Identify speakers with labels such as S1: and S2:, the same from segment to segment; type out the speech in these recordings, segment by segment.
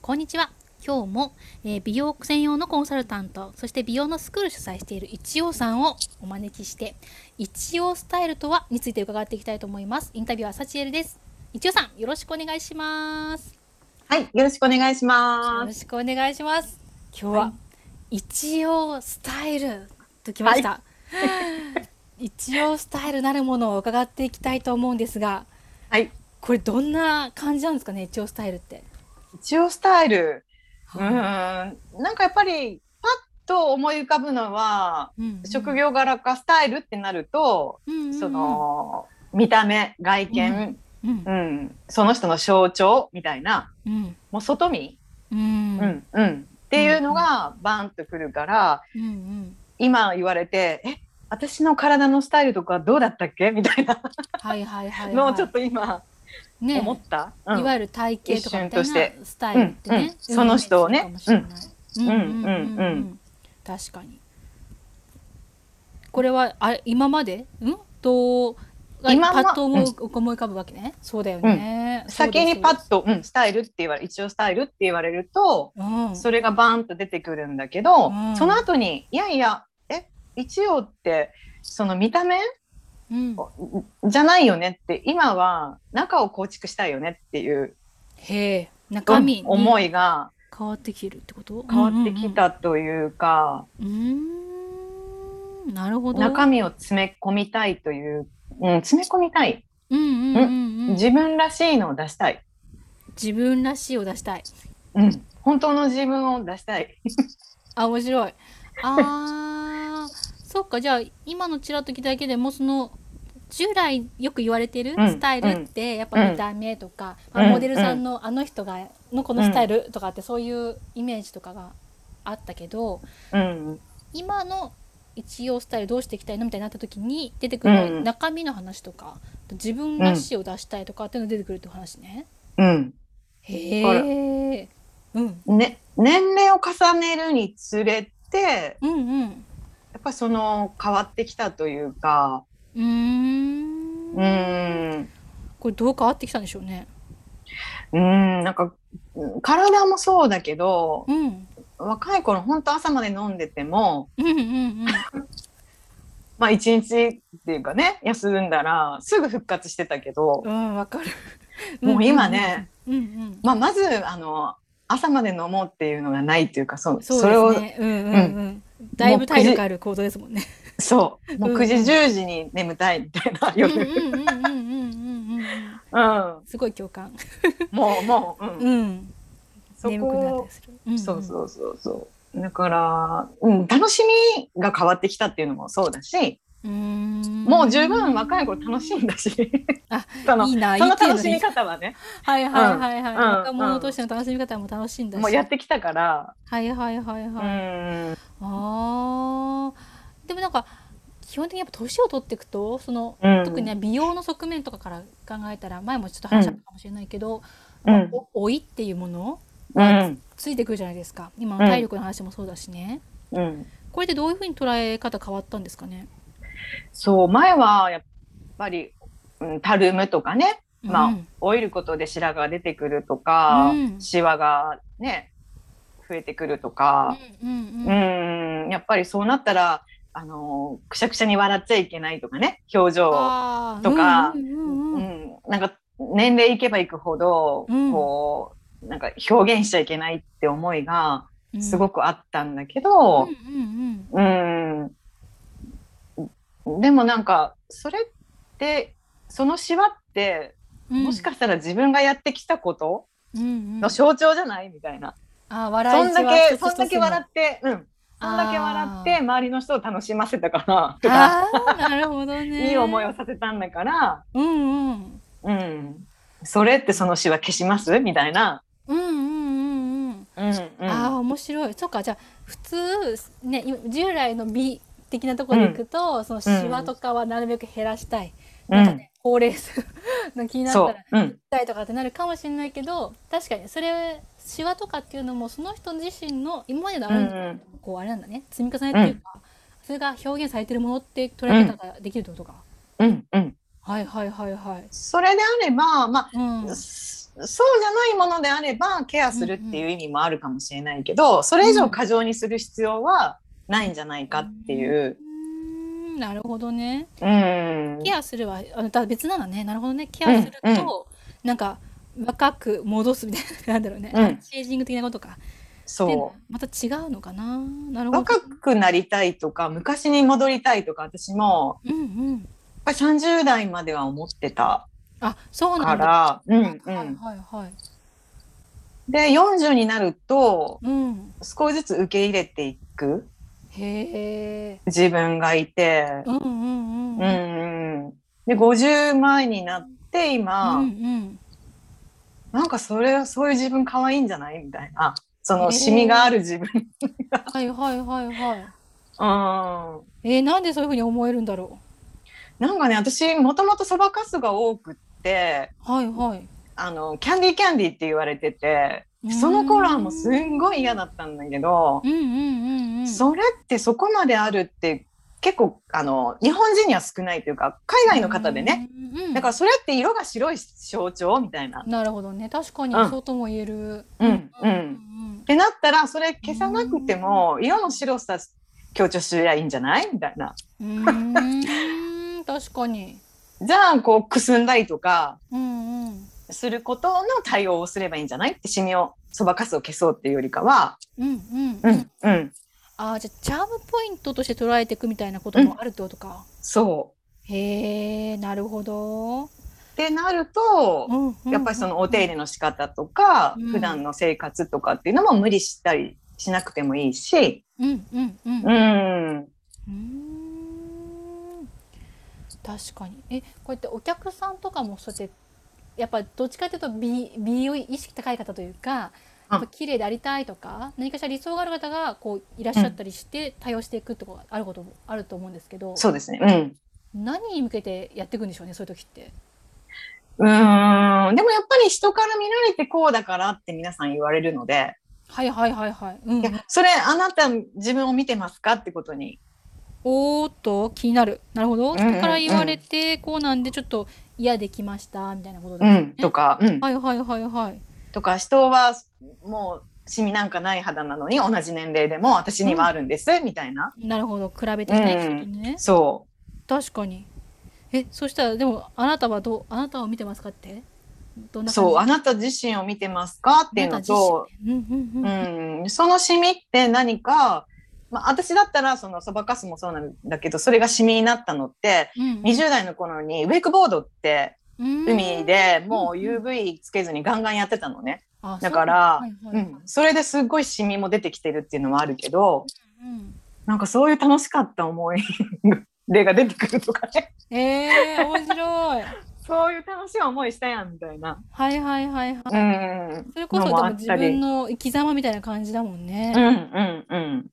S1: こんにちは。今日も、えー美容専用のコンサルタント、そして美容のスクールを主催している一応さんをお招きして、一応スタイルとはについて伺っていきたいと思います。インタビューはサチエルです。一応さん、よろしくお願いします。
S2: はい、よろしくお願いし
S1: よ
S2: ま
S1: ろ
S2: す。
S1: しくお願いします。今日は、
S2: は
S1: 一応スタイルときました。一応ス タイルなるものを伺っていきたいと思うんですが、
S2: はい、
S1: これどんな感じなんですかね、一応スタイルって。
S2: 一応スタイル。うーん、なんかやっぱりパッと思い浮かぶのは、
S1: うんうん
S2: 職業柄かスタイルってなると、そ、の見た目、外見、
S1: うんうん
S2: うん、その人の象徴みたいな、
S1: うん
S2: もう外見、
S1: うん
S2: う
S1: うん
S2: ん、うん、っていうのがバンとくるから、
S1: うん
S2: 今言われて、え、私の体のスタイルとかどうだったっけみたいな
S1: はいはいはいはい
S2: のをちょっと今
S1: ね
S2: 思った。うん
S1: いわゆる体型とかみたい
S2: 一瞬とし
S1: なスタイルってね、
S2: うんうんその人をね
S1: そうかもしれない
S2: うんうんうんうん
S1: 確かにこれはあ今までんと
S2: 今ま
S1: パッと思う思い浮かぶわけねそうだよね、
S2: 先にパ
S1: と
S2: ッと、うん、スタイルって言われ一応スタイルって言われると、
S1: うん
S2: それがバーンと出てくるんだけど、
S1: うん
S2: その後にいやいやえ一応ってその見た目
S1: うん
S2: じゃないよねって今は中を構築したいよねっていう
S1: へえ中身に
S2: うん思いが
S1: 変わってきてるってこと
S2: 変わってきたというか、
S1: うんうんうんなるほど
S2: 中身を詰め込みたいという、うん、詰め込みたい、
S1: うんうんうんうん
S2: 自分らしいのを出したい、
S1: 自分らしいを出したい
S2: うん、本当の自分を出したい。
S1: あ面白いあー そっかじゃあ今のちらっときだけでもその従来よく言われてる
S2: うん
S1: スタイルってやっぱ見た目とか、
S2: うん
S1: まあ
S2: うん
S1: モデルさんのあの人がのこのスタイルとかってそういうイメージとかがあったけど
S2: うん
S1: 今の一応スタイルどうしていきたいのみたいになった時に出てくる
S2: うん
S1: 中身の話とか自分らしいを出したいとかっていうのが出てくるって話ね。
S2: うん
S1: へえ。うん
S2: ね、年齢を重ねるにつれて
S1: うんうん。
S2: やっぱその変わってきたというか
S1: うーん
S2: うーん
S1: これどう変わってきたんでしょうね。
S2: うーんなんかうん体もそうだけど
S1: うん。
S2: 若い頃本当朝まで飲んでても
S1: うん うん
S2: まあ一日っていうかね休んだらすぐ復活してたけど
S1: う、ん。うん、わかる。
S2: もう今ね、
S1: うんうん。
S2: まあ、まずあの朝まで飲もうっていうのがないっていうかそ
S1: そ
S2: それ
S1: う
S2: を
S1: ですね。うんうんうん。だいぶ体力ある行動ですもんね。
S2: そうもう9時
S1: うん
S2: 10時に眠たいみたいな
S1: うんう
S2: 夜、
S1: んうんうんうんうんうん。
S2: うん、
S1: すごい共感。
S2: もうもう、うん、
S1: うん。
S2: そ
S1: 眠くなったりする。んん
S2: そうそうそうそう。だから、うん、楽しみが変わってきたっていうのもそうだし、
S1: うーん。
S2: もう十分若い頃楽しいんだし、
S1: あ
S2: その
S1: いいな
S2: その
S1: いい程度
S2: 楽
S1: で
S2: しみ方はね、
S1: はいはいはいはい。
S2: うんうん
S1: 若者としての楽しみ方も楽しいんだし。
S2: もうやってきたから、
S1: はいはいはいはい。
S2: うん、
S1: あーでもなんか基本的にやっぱ年を取っていくとその、
S2: うん
S1: 特にね美容の側面とかから考えたら前もちょっと話したかもしれないけど、
S2: うん
S1: やっぱお老いっていうもの
S2: うん、
S1: ついてくるじゃないですか今
S2: う
S1: の
S2: ん
S1: 体力の話もそうだしね、
S2: うん、
S1: これってどういうふうに捉え方変わったんですかね、
S2: そう、前はやっぱり、うん、たるむとかね、まあ
S1: うん
S2: 老いることで白髪が出てくるとか、
S1: うん
S2: シワがね、増えてくるとか、
S1: うんうん
S2: う
S1: うん
S2: ん、やっぱりそうなったら、あの、くしゃくしゃに笑っちゃいけないとかね、表情を。
S1: あー
S2: とか
S1: うんうんうん
S2: う
S1: うん
S2: んなんか年齢いけばいくほど、
S1: うん
S2: こうなんか表現しちゃいけないって思いが
S1: うん
S2: すごくあったんだけ
S1: うんう
S2: ど
S1: ん、うん
S2: うん、でもなんかそれってそのシワって
S1: うん
S2: もしかしたら自分がやってきたこと
S1: うんうん
S2: の象徴じゃないみたいな、
S1: あー
S2: そ
S1: 笑
S2: ん
S1: い
S2: だ
S1: じわ
S2: け
S1: 一つ一つの
S2: そんだけ笑ってうんそんだけ笑って周りの人を楽しませたからとか
S1: あーなるほどね
S2: いい思いをさせたんだから、
S1: うんうん
S2: うん、それってそのシワ消しますみたいな。
S1: うんうんうんうん
S2: うんうん、
S1: ああ面白いそうかじゃあ普通ね今従来の美的なところでいくと、そのシワとかはなるべく減らしたい、なんかねほうれい線 の気に
S2: う、
S1: なんった
S2: そ
S1: ら
S2: う、うん、
S1: たいとかってなるかもしれないけど確かにそれシワとかっていうのもその人自身の今までのあ
S2: う
S1: れ、
S2: んうん、
S1: こうあれなんだね積み重ねっていうか、それが表現されてるものって捉え方ができるってことか、
S2: うん、うん、
S1: はいはいはいはい
S2: それであれば、ま
S1: うん
S2: あ、すそうじゃないものであればケアするっていう意味もあるかもしれないけど、それ以上過剰にする必要はないんじゃないかっていう。
S1: うんなるほどね。
S2: うん、
S1: ケアするはあのた別なのねなるほどねケアすると、
S2: うん
S1: なんか若く戻すみたいななんだろうね、
S2: うん
S1: アンチエイジング的なことかで
S2: そう
S1: また違うのかななるほど
S2: 若くなりたいとか昔に戻りたいとか私も
S1: うんうん
S2: やっぱり30代までは思ってた
S1: あそうな
S2: か
S1: んだ
S2: ら、う
S1: はい
S2: んう
S1: はい
S2: ん、
S1: はい
S2: で40になると
S1: うん
S2: 少しずつ受け入れていく
S1: へえ
S2: 自分がいて、
S1: うんうんうん
S2: う
S1: うん
S2: んうん、で50前になって今、
S1: うん
S2: なんかそれそういう自分可愛いんじゃないみたいな
S1: へ
S2: そ
S1: ー
S2: のシミがある自分、
S1: はいはいはいはい
S2: うん、
S1: えー、なんでそういうふうに思えるんだろ
S2: なんかね私もともとそばかすが多くって
S1: うはいはい
S2: あのキャンディーキャンディーって言われてて
S1: うーん
S2: その頃はもうすんごい嫌だったんだけど
S1: う、んうんうんうん
S2: それってそこまであるって結構あの日本人には少ないというか海外の方でね、
S1: うんうん
S2: だからそれって色が白い象徴みたいな。
S1: なるほどね確かに
S2: うん
S1: そうとも言える
S2: うんう、
S1: うんん
S2: ってなったらそれ消さなくても色の白さ強調すりゃいいんじゃないみたいな。
S1: うんうーん確かに
S2: じゃあこうくすんだりとか
S1: うんうん
S2: することの対応をすればいいんじゃないってシミをそばかすを消そうっていうよりかは、
S1: うんうん
S2: う
S1: うんん
S2: うん、
S1: あーじゃあチャームポイントとして捉えていくみたいなこともあるってことか、
S2: そ
S1: へえなるほど、
S2: うってなると、
S1: うんうんうん
S2: やっぱりそのお手入れの仕方とか、
S1: うん
S2: 普段の生活とかっていうのも無理したりしなくてもいいし、
S1: うんうんうん
S2: うん、
S1: うーん確かにえこうやってお客さんとかもそうやってやっぱどっちかというと美美容意識高い方というか
S2: うん
S1: やっぱ綺麗でありたいとか何かしら理想がある方がこういらっしゃったりして対応していくとかあることもあると思うんですけど、
S2: そうですね。うん。
S1: 何に向けてやっていくんでしょうねそういう時って。
S2: うーん。でもやっぱり人から見られてこうだからって皆さん言われるので、
S1: はいはいはいはい。うん
S2: い、や、それあなた自分を見てますかってことに。
S1: おーっと気になる。なるほど。
S2: ん
S1: 人から言われてこうなんでちょっと嫌できましたみたいなことです
S2: う
S1: ね
S2: ん。とか、うん。
S1: はいはいはいはい。
S2: とか、人はもうシミなんかない肌なのに同じ年齢でも私にはあるんです、みたいな。
S1: なるほど比べてね、
S2: うん
S1: 人とね
S2: そ
S1: 確かにえそしたらでもあなたはどうあなたを見てますかってどん
S2: う。
S1: な
S2: そう。
S1: あ
S2: あなた自身を見てますかっていうのと、
S1: うんうんうん
S2: うん、そのシミって何か、まあ、私だったらそのそばかすもそうなんだけどそれがシミになったのって
S1: うん
S2: 20代の頃にウェイクボードって
S1: うん
S2: 海でもう
S1: うん
S2: UV つけずにガンガンやってたのね
S1: あ
S2: だから
S1: そう
S2: う
S1: はいはいは
S2: んそれですっごいシミも出てきてるっていうのはあるけど
S1: いうん
S2: なんかそういう楽しかった思い例が出てくるとかね
S1: えー、面白い
S2: そういう楽しい思いしたやんみたいな。
S1: はいはいはいはい
S2: うん
S1: それこそ
S2: の
S1: で
S2: も
S1: も
S2: あっ
S1: 自
S2: たり
S1: 分の生き様みたいな感じだもんね、
S2: うんうんうん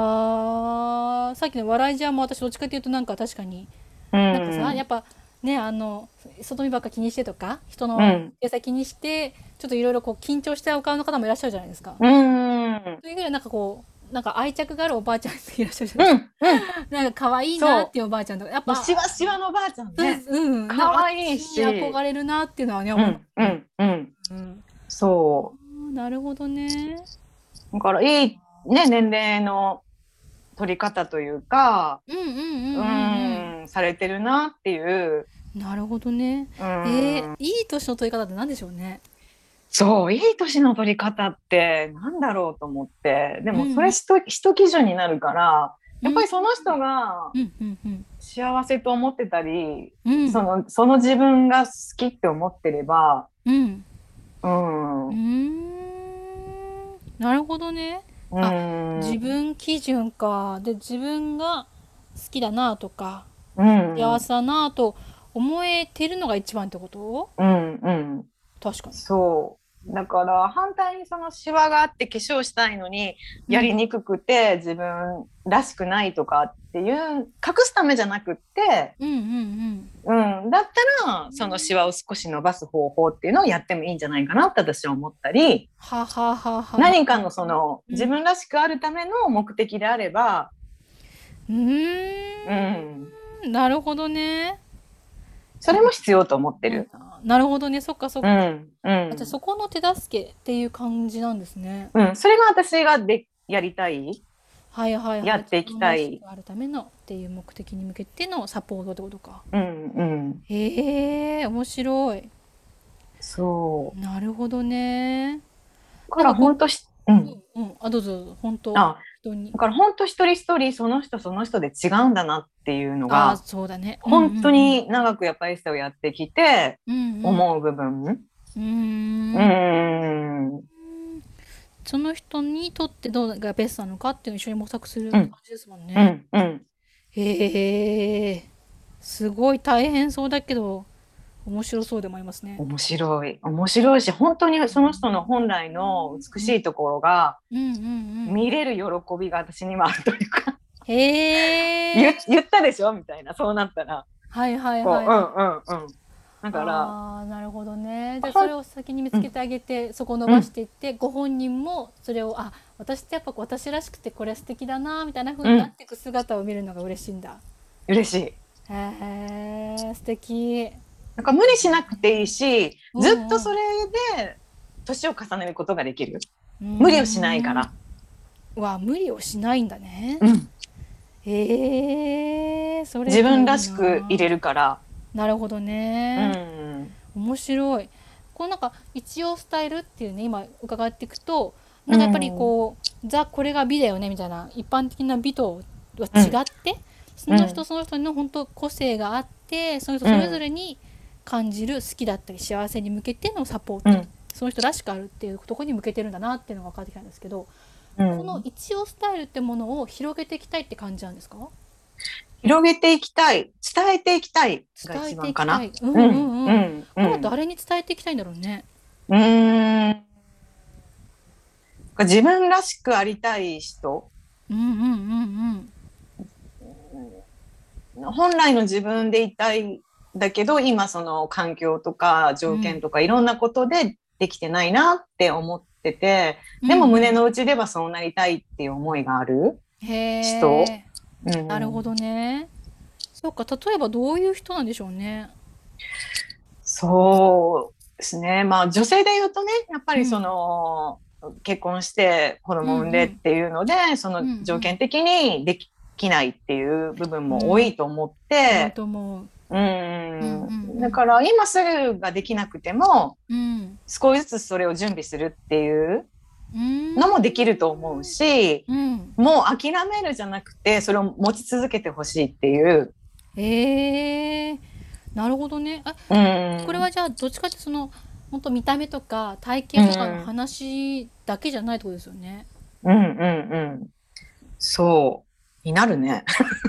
S1: あーさっきの笑いじゃんも私どっちかっていうとなんか確かに
S2: う
S1: なんかさや
S2: ん
S1: っぱねあの外見ばっか気にしてとか人の
S2: うん
S1: 優先気にしてちょっといろいろこう緊張したお顔の方もいらっしゃるじゃないですか。
S2: うん
S1: というぐらいなんかこうなんか愛着があるおばあちゃんっていらっしゃるじゃないで
S2: うん
S1: すか。なんか可愛いなっていうおばあちゃんとかやっ
S2: も
S1: ぱ
S2: うしわしわのばあちゃんね。
S1: うん
S2: 可愛いし
S1: なんかあっちに憧れるなっていうのはね
S2: う
S1: 思
S2: んうんうん。
S1: うん
S2: そ
S1: なるほどね。
S2: う。だからいいね年齢の取り方というか、
S1: うんうん
S2: う
S1: うんうん、
S2: んされてるなっていう。
S1: うん、なるほどね。
S2: う
S1: え
S2: ん
S1: ー、いい年の取り方って何でしょうね。
S2: そういい年の取り方ってなんだろうと思ってで
S1: う
S2: も
S1: ん
S2: それ人,、人基準になるからやっぱり
S1: り
S2: その人が
S1: うんうんうん
S2: 幸せと思ってたり、
S1: うん
S2: そのその自分が好きって思ってれば、
S1: うん
S2: うん
S1: う
S2: う
S1: ー
S2: ん
S1: んなるほどね。自分基準かで自分が好きだなとか
S2: うん
S1: 幸せだなと思えてるのが一番ってこと
S2: うんうん
S1: 確かに
S2: そう。だから反対にそのシワがあって化粧したいのにやりにくくて、自分らしくないとかっていう隠すためじゃなくって、
S1: うんうん
S2: うん、だったらそのシワを少し伸ばす方法っていうのをやってもいいんじゃないかなって私は思ったり、
S1: はあはあはあはあ
S2: 何かのその
S1: うん
S2: 自分らしくあるための目的であれば、
S1: うー
S2: うん
S1: んなるほどね
S2: それも必要と思ってる。
S1: ななるほどねそっかそっ
S2: う
S1: か、
S2: んうん
S1: じゃあそこの手助けっていう感じなんですね
S2: うん、それが私がでやりたい
S1: はいはいはい
S2: やっていきた
S1: 自分ら
S2: い
S1: しくあるためのっていう目的に向けてのサポートってことか
S2: うんうん
S1: へえ面白い
S2: そ
S1: なるほどね
S2: うから本当し、う、
S1: うんん、うん、あどうぞどうぞ本当
S2: あ
S1: 人に
S2: だから本当一人一人その人その人で違うんだなっていうの
S1: あ
S2: が
S1: そうだね
S2: 本当に長くやっぱエステをやってきて
S1: うんうん
S2: 思う部分うん
S1: うんうんう
S2: う
S1: ん
S2: ん
S1: その人にとってどうがベストなのかっていうのを一緒に模索する
S2: うん
S1: 感じですもん
S2: う
S1: ね。
S2: んうん
S1: へえすごい大変そうだけど面白そうでもありますね。
S2: 面白い面白いし本当にその人の本来の美しいところが
S1: うんうんうん。
S2: 見れる喜びが私にはあるというか
S1: へ
S2: 言
S1: え。
S2: 言ったでしょみたいなそうなったら
S1: はいはい
S2: こう、
S1: は
S2: う
S1: い。
S2: んうんうんだから
S1: あーなるほどねじゃあ
S2: ほん
S1: それを先に見つけてあげて、そこを伸ばしていって、ご本人もそれをあ私ってやっぱ私らしくてこれ素敵だなみたいな風になっていく姿を見るのが嬉しいんだ。
S2: 嬉しい
S1: へえ素敵。
S2: なんか無理しなくていいし
S1: うん
S2: ずっとそれで年を重ねることができる無
S1: 無
S2: 理をしないから。
S1: は無理をしないんだね。
S2: うん
S1: ええそれ
S2: 自分らしく入れ
S1: る。
S2: るから、
S1: なるほど
S2: う
S1: ね。
S2: ん、
S1: 面白い。こうなんか一応スタイルっていうね今伺っていくとなんかやっぱりこう、ザこれが美だよねみたいな一般的な美とは違って、その人その人の本当個性があってその人それぞれに感じる好きだったり幸せに向けてのサポート、
S2: うん
S1: その人らしくあるっていうところに向けてるんだなっていうのが分かってきたんですけど、
S2: うん
S1: この一応スタイルってものを広げていきたいって感じなんですか
S2: 広げていきたい伝えていきたいが
S1: 伝えて
S2: 一
S1: い
S2: 番
S1: きた
S2: か
S1: い。
S2: な。
S1: うんう
S2: う
S1: んん
S2: う
S1: うん。
S2: んう
S1: これは
S2: ん
S1: 誰に伝えていきたいんだろうね。
S2: うーん自分らしくありたい人
S1: うんうんうん
S2: 本来の自分でいたいんだけど今その環境とか条件とかいろんなことでできてないなって思ってて、
S1: うん。
S2: でも胸
S1: の
S2: の内ではそうなりたいっていう思いがある。
S1: 人
S2: 人うん
S1: なるほどね。そうか例えばどういう人なんでしょうね。
S2: そうですね。まあ女性で言うとね、やっぱりその、結婚して子供産んでっていうので、そ
S1: うんうん
S2: の条件的にできないっていう部分も多いと思って、
S1: と思う。
S2: うん、
S1: うんうん
S2: だから今すぐができなくても、
S1: うん。
S2: 少しずつそれを準備するっていう
S1: うん。
S2: のもできると思うし、
S1: うん。
S2: もう諦めるじゃなくて、それを持ち続けてほしいっていう。
S1: ええなるほどね。あ
S2: うん、
S1: これはじゃあどっちかってその本当見た目とか体型とかの話だけじゃないってことですよね。
S2: うんうんうん。そう。になるね。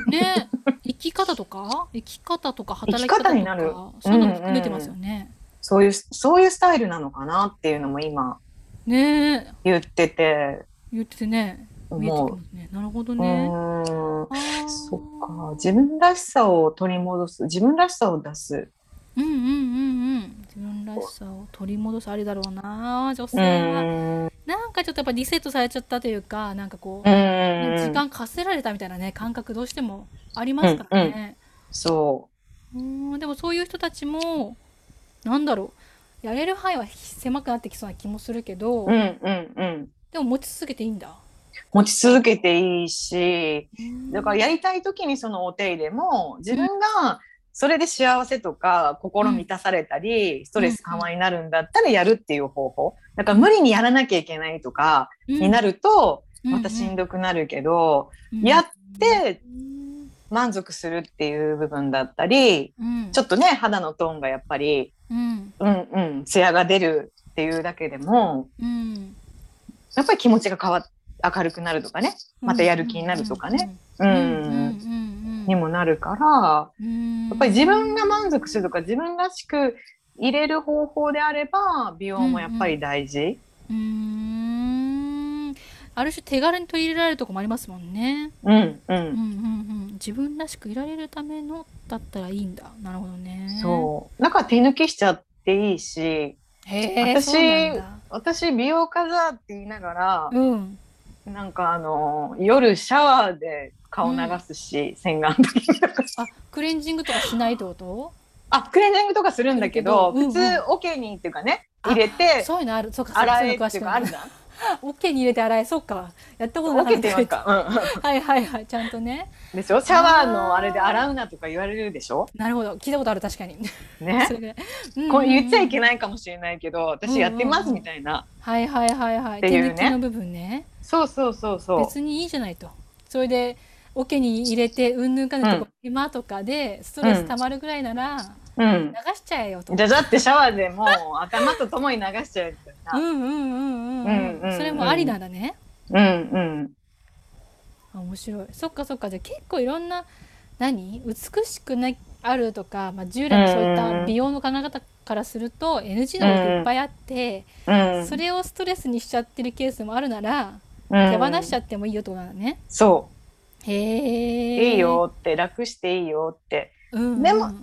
S1: ね生き方とか生き方とか働き方とか
S2: 生き方になる
S1: そういうのも含めてますよね。
S2: そういう、そういうスタイルなのかなっていうのも今
S1: ねえ
S2: 言ってて
S1: 言っててね見えて
S2: 思
S1: き
S2: う
S1: ますね。なるほど。
S2: う
S1: ね。
S2: ーん。
S1: あー
S2: そっか。自分らしさを取り戻す。自分らしさを出す。
S1: うんうんうんうん。自分らしさを取り戻すあれだろうな女性
S2: う
S1: は、
S2: ーん。う
S1: なんかちょっとやっぱリセットされちゃったというかなんかこう、ね
S2: ー
S1: 時
S2: ん。
S1: 間かせられたみたいなね感覚どうしてもありますからね。
S2: そう
S1: ーんでもそういう人たちもなんだろうやれる範囲は狭くなってきそうな気もするけど、
S2: う。うんうんうん。
S1: でも持ち続けていいんだ。
S2: 持ち続けていいし、だから
S1: や
S2: やりたい時にそのお手入れも自分がそれで幸せとか心満たされたり、ストレス緩和になるんだったらやるっていう方法。だから無理にやらなきゃいけないとかになると、またしん
S1: ど
S2: どくなるけど、やってで
S1: うん
S2: 満足するっていう部分だったり
S1: うん、
S2: ちょっとね肌のトーンがやっぱり
S1: うん
S2: うんうんツヤが出るっていうだけでも
S1: うん、
S2: やっぱり気持ちが変わっ明るくなるとかねまたやる気になるとかね、う
S1: うんんうんうん
S2: にもなるから
S1: うん、
S2: やっぱり自分が満足するとか自分らしく入れる方法であれば美容もやっぱり大事、
S1: うーんある種手軽に取り入れられるとこもありますもんね、
S2: うんうん
S1: うんうんうん、自分らしくいられるためのだったらいいんだなるほどね
S2: そうだから手抜きしちゃっていいし
S1: へえ
S2: 私
S1: そうなんだ
S2: 私美容家だって言いながら、
S1: うん
S2: なんかあの夜シャワーで顔流すし、洗顔の時とか
S1: あクレンジングとかしないってこと
S2: あクレンジングとかするんだけど、
S1: うんうん
S2: 普通オケにっていうかね
S1: あ
S2: 入れて
S1: そういうのあるそうか
S2: 洗
S1: そう
S2: え
S1: いうの詳
S2: って
S1: し
S2: いう
S1: く
S2: か
S1: な
S2: あ
S1: い
S2: るじゃん。
S1: オッケーに入れて洗えそうかやったことな
S2: オ
S1: かっ
S2: ケ
S1: た
S2: ってなんか、
S1: はいはいはいちゃんとね
S2: うん、でしょシャワーのあれで洗うなとか言われるでしょ
S1: なるほど聞いたことある確かに
S2: ね
S1: そ。れぐらいうんうん
S2: これ言っちゃいけないかもしれないけど私やってま
S1: うんうんう
S2: す
S1: ん
S2: みたいな、
S1: はいはいはいはい
S2: っていうね
S1: 手抜きの部分ね
S2: そうそうそうそう
S1: 別にいいじゃないとそれで桶に入れてうんぬんかんぬんとか手間とかでストレス溜まるぐらいなら
S2: うん
S1: 流しちゃえよと
S2: じゃじゃってシャワーでもう頭とともに流しちゃうみた
S1: う
S2: い
S1: ん
S2: な
S1: うんうんう
S2: うん
S1: ん
S2: うんうん
S1: それもありなんだね
S2: うんうん
S1: あ面白いそっかそっかじゃあ結構いろんな何美しくなあるとか、まあ、従来のそういっ
S2: うんう
S1: た
S2: ん
S1: 美容の考え方からすると NG のこといっぱいあって、
S2: うん
S1: それをストレスにしちゃってるケースもあるなら
S2: うん
S1: 手放しちゃってもいいよってことなんだね。
S2: そ
S1: へ
S2: う
S1: え。
S2: いい、よって楽していいよって、
S1: うんうん、
S2: でもで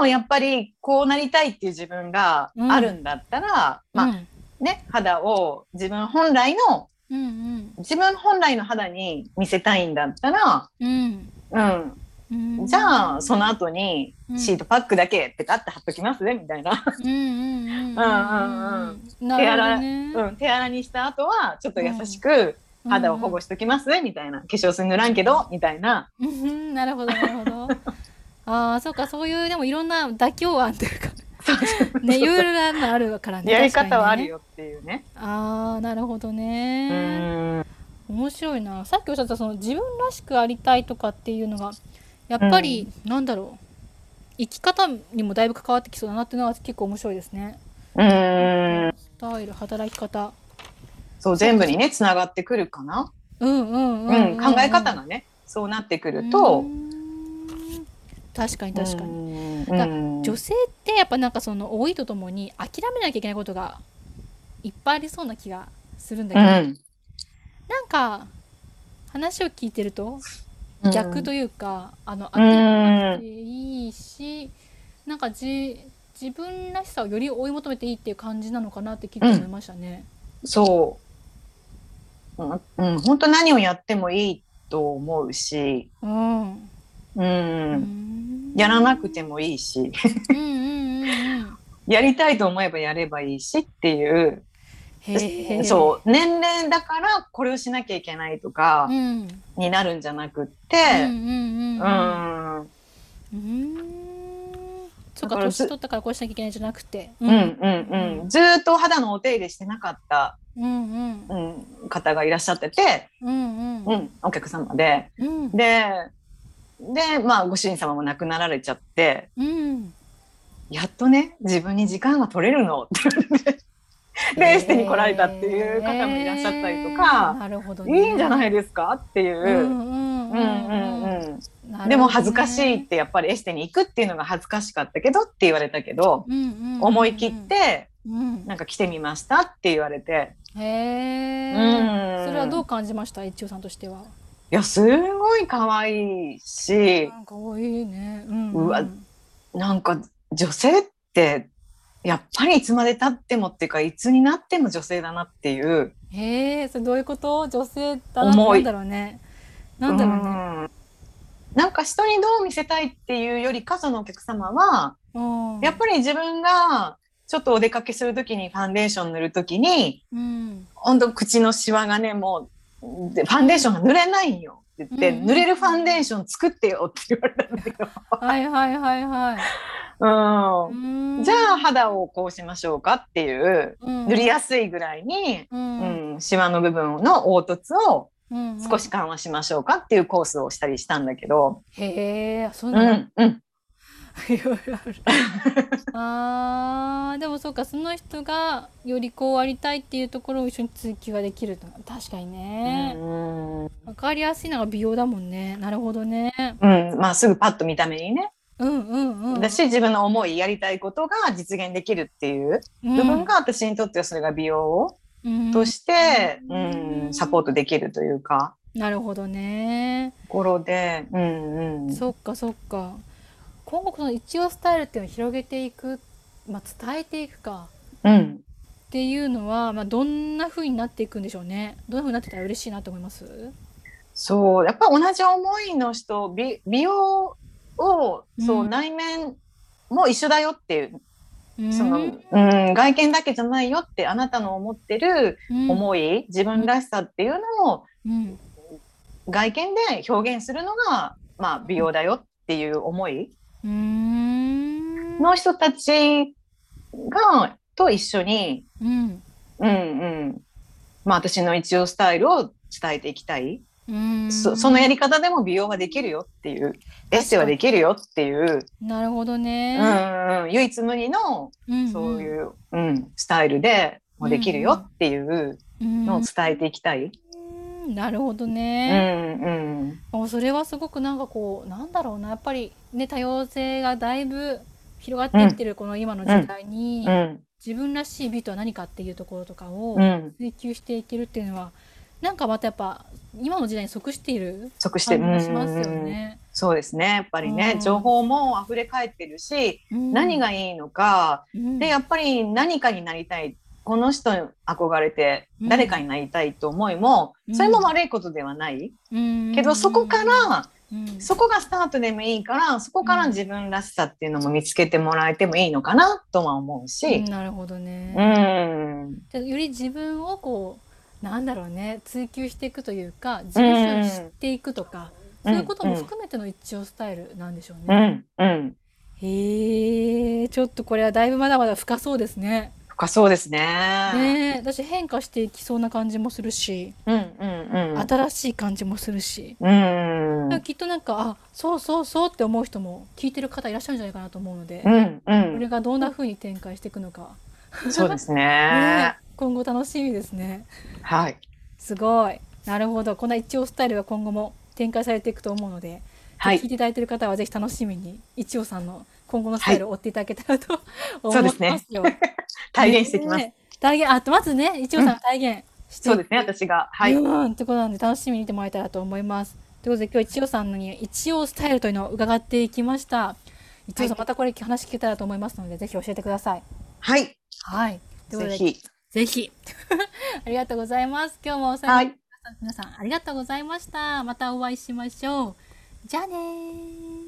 S2: もやっぱりこうなりたいっていう自分があるんだったら、
S1: う
S2: ま
S1: ん
S2: あね肌を自分本来の
S1: うん
S2: 自分本来の肌に見せたいんだったら
S1: うん
S2: うん
S1: うん、
S2: じゃあその
S1: 後、
S2: 後に
S1: うん
S2: シートパックだけペタッて貼っときますねみたいな、
S1: うんうんうんうん
S2: うんうん
S1: なるほどね、
S2: うん、手洗いにした後はちょっと優しく肌を保護しときますねみたいな化粧水塗らんけどみたいな
S1: うんうんなるほどなるほどああそうかそういうでもいろんな妥協案というかねいろいろなのあるからね
S2: やり方はあ
S1: 確かにね
S2: るよっていうね。
S1: ああなるほど
S2: う
S1: ね
S2: ん
S1: 面白いなさっきおっしゃったその自分らしくありたいとかっていうのがやっぱり、なんだろう生き方にもだいぶ関わってきそうだなっていうのは結構面白いですね
S2: うん
S1: スタイル働き方
S2: そう全部にねつながってくるかな、
S1: うんうんうんん
S2: う
S1: うん、うん、
S2: 考え方がねそうなってくる
S1: うー
S2: と
S1: ん確かに確かに、
S2: に
S1: だ女性ってやっぱなんかその老いとともに諦めなきゃいけないことがいっぱいありそうな気がするんだけど、なんか話を聞いてると逆というか、あの当てなくていいし、なんかじ自分らしさをより追い求めていいっていう感じなのかなって聞いて思いましたね。
S2: そう、うんうん、本当何をやってもいいと思うし、
S1: うん、
S2: う、
S1: うんん
S2: やらなくてもいいし
S1: うんうんうんうん
S2: やりたいと思えばやればいいしっていう、
S1: へえ
S2: そう年齢だからこれをしなきゃいけないとか
S1: うん
S2: になるんじゃなくっ
S1: うん
S2: て、
S1: うんうん
S2: う
S1: うん
S2: ん
S1: うーんそうか
S2: だからず
S1: 年取ったからこうしなきゃいけないんじゃなくてう
S2: うんうんうん、ずーっとお肌のお手入れしてなかった、
S1: うんうん
S2: うん、方がいらっしゃってて、
S1: うんうん
S2: うん、お客様で
S1: うん
S2: でで、まあ、ご主人様も亡くなられちゃって
S1: うん
S2: やっとね自分に時間が取れる のって言われてでエステに来られたっていう方もいらっしゃったりと
S1: えー
S2: か、
S1: なるほど
S2: いいんじゃないいですかっていう。
S1: うんうん
S2: うんうんうん
S1: うん
S2: でも恥ずかしいってやっぱりエステに行くっていうのが恥ずかしかったけどって言われたけど、思い切っ、て
S1: うん
S2: なんか来てみましたって言われて、
S1: へえ
S2: うん
S1: それはどう感じました一応さんとしてはい
S2: やすごい可愛いし
S1: なんか多いねうん
S2: うわなんか女性ってやっぱりいつまでたってもっていうかいつになっても女性だなっていう
S1: へえそれどういうこと女性だなって
S2: 重
S1: ないんだろうねなんだろうね
S2: うんなんか人にどう見せたいっていうよりかそのお客様は
S1: うん
S2: やっぱり自分がちょっとお出かけする時にファンデーション塗る時に
S1: うん
S2: ほんと口のシワがねもうでファンデーションが塗れないんよって言って、
S1: うん
S2: 塗れるファンデーション作ってよって言われたんだけど。
S1: はいはいはいはい
S2: うんじ
S1: じ
S2: ゃあ肌をこうしましょうかっていう塗りやすいぐらいに、
S1: うん
S2: うん、シワの部分の凹凸を
S1: うん
S2: 少し緩和しましょうかっていうコースをしたりしたんだけど、
S1: へえそん
S2: う
S1: なの
S2: んうん、
S1: いろいろ あるあーでもそうかその人がよりこうありたいっていうところを一緒に追求ができると確かにね
S2: うん
S1: わかりやすいのが美容だもんねなるほどね
S2: うんまあすぐパッと見た目にね、
S1: うんうんうん
S2: だし自分の思いやりたいことが実現できるっていう部分が私にとってはそれが美容
S1: うん
S2: として、
S1: う
S2: うんんサポートできるというか
S1: なるほどね
S2: ところで、うんうん、
S1: そっかそっか今後この一応スタイルっていうのを広げていくまあ伝えていくか
S2: うん
S1: っていうのは、まあ、どんな風になっていくんでしょうねどんな風になってたら嬉しいなと思います
S2: そうやっぱ同じ思いの人美美容をそう、
S1: うん
S2: 内面も一緒だよっていう、その、うん、外見だけじゃないよって、あなたの思ってる思い、自分らしさっていうのを
S1: うん
S2: 外見で表現するのが、まあ、美容だよっていう思い
S1: うんうん
S2: の人たちが、と一緒に、
S1: うん
S2: うんうん、まあ、私の一応スタイルを伝えていきたい。
S1: うん
S2: そそのやり方でも美容はできるよっていう、エステはできるよっていう、
S1: なるほど
S2: う
S1: ね。
S2: んうん、唯一無二の
S1: うん
S2: そういう、うん、スタイルでもできるよっていうのを伝えていきたい。
S1: うんなるほど
S2: う
S1: ね、
S2: んうん
S1: もうそれはすごくなんかこうなんだろうなやっぱりね多様性がだいぶ広がっていってるこの今の時代に、
S2: うん
S1: 自分らしい美とは何かっていうところとかを
S2: うん、
S1: 追求していけるっていうのはなんかまたやっぱ今の時代に即している
S2: 即して、
S1: 感
S2: う
S1: じ
S2: んう
S1: がしますよ
S2: んうん、
S1: ね。
S2: そうですねやっぱり
S1: う
S2: ね
S1: ん
S2: 情報も溢れ返ってるし、
S1: うん
S2: 何、がいいのか
S1: うん
S2: でやっぱり何かになりたいこの人に憧れて
S1: うん
S2: 誰かになりたいと思いも、
S1: うん
S2: それも悪いことではない、
S1: うん
S2: けどそこから
S1: うん
S2: そこがスタートでもいいからそこから自分らしさっていうのも見つけてもらえてもいいのかなとは思う
S1: う
S2: し
S1: ん、なるほどね。
S2: うん、
S1: じゃあより自分をこうなんだろうね追求していくというか自分を知っていくとか、
S2: う
S1: そ
S2: ん
S1: ういうことも含めての一応スタイルなんでしょう
S2: う
S1: ね。
S2: ん、うん、
S1: へえちょっとこれはだいぶまだまだ深そうですね。
S2: 深そうですね。
S1: ねえだし変化していきそうな感じもするし、
S2: うん、うん、うん。
S1: 新しい感じもするし。
S2: う
S1: だ
S2: ん、
S1: からきっとなんかあそうそうそうって思う人も聞いてる方いらっしゃるんじゃないかなと思うので、
S2: うん、う
S1: これ
S2: ん、
S1: がどんな風に展開していくのか、
S2: そうです
S1: ね
S2: ね。
S1: え今後楽しみですね。
S2: はい、
S1: すごい。なるほど。こんな一応スタイルが今後も展開されていくと思うので、
S2: はい
S1: 聞いていただいている方はぜひ楽しみに一応さんの今後のスタイルを追っていただけたらと思
S2: そ
S1: いうま
S2: ですすね
S1: よ。
S2: 体現してきます。
S1: ね体現あとまずね一応さんが体現してい
S2: そう
S1: く、
S2: ですね、私が、はい、
S1: うんってことなんで楽しみに見てもらえたらと思います。ということで今日一応さんのに一応スタイルというのを伺っていきました。一応さん
S2: はい
S1: またこれ話聞けたらと思いますのでぜひ教えてください。
S2: はい、
S1: はい。ということ
S2: ぜ
S1: で
S2: ひ、
S1: ぜひ。 ありがとうございます。今日もお世話になりました
S2: は
S1: 皆
S2: い。
S1: さんありがとうございました。またお会いしましょう。じゃあねー。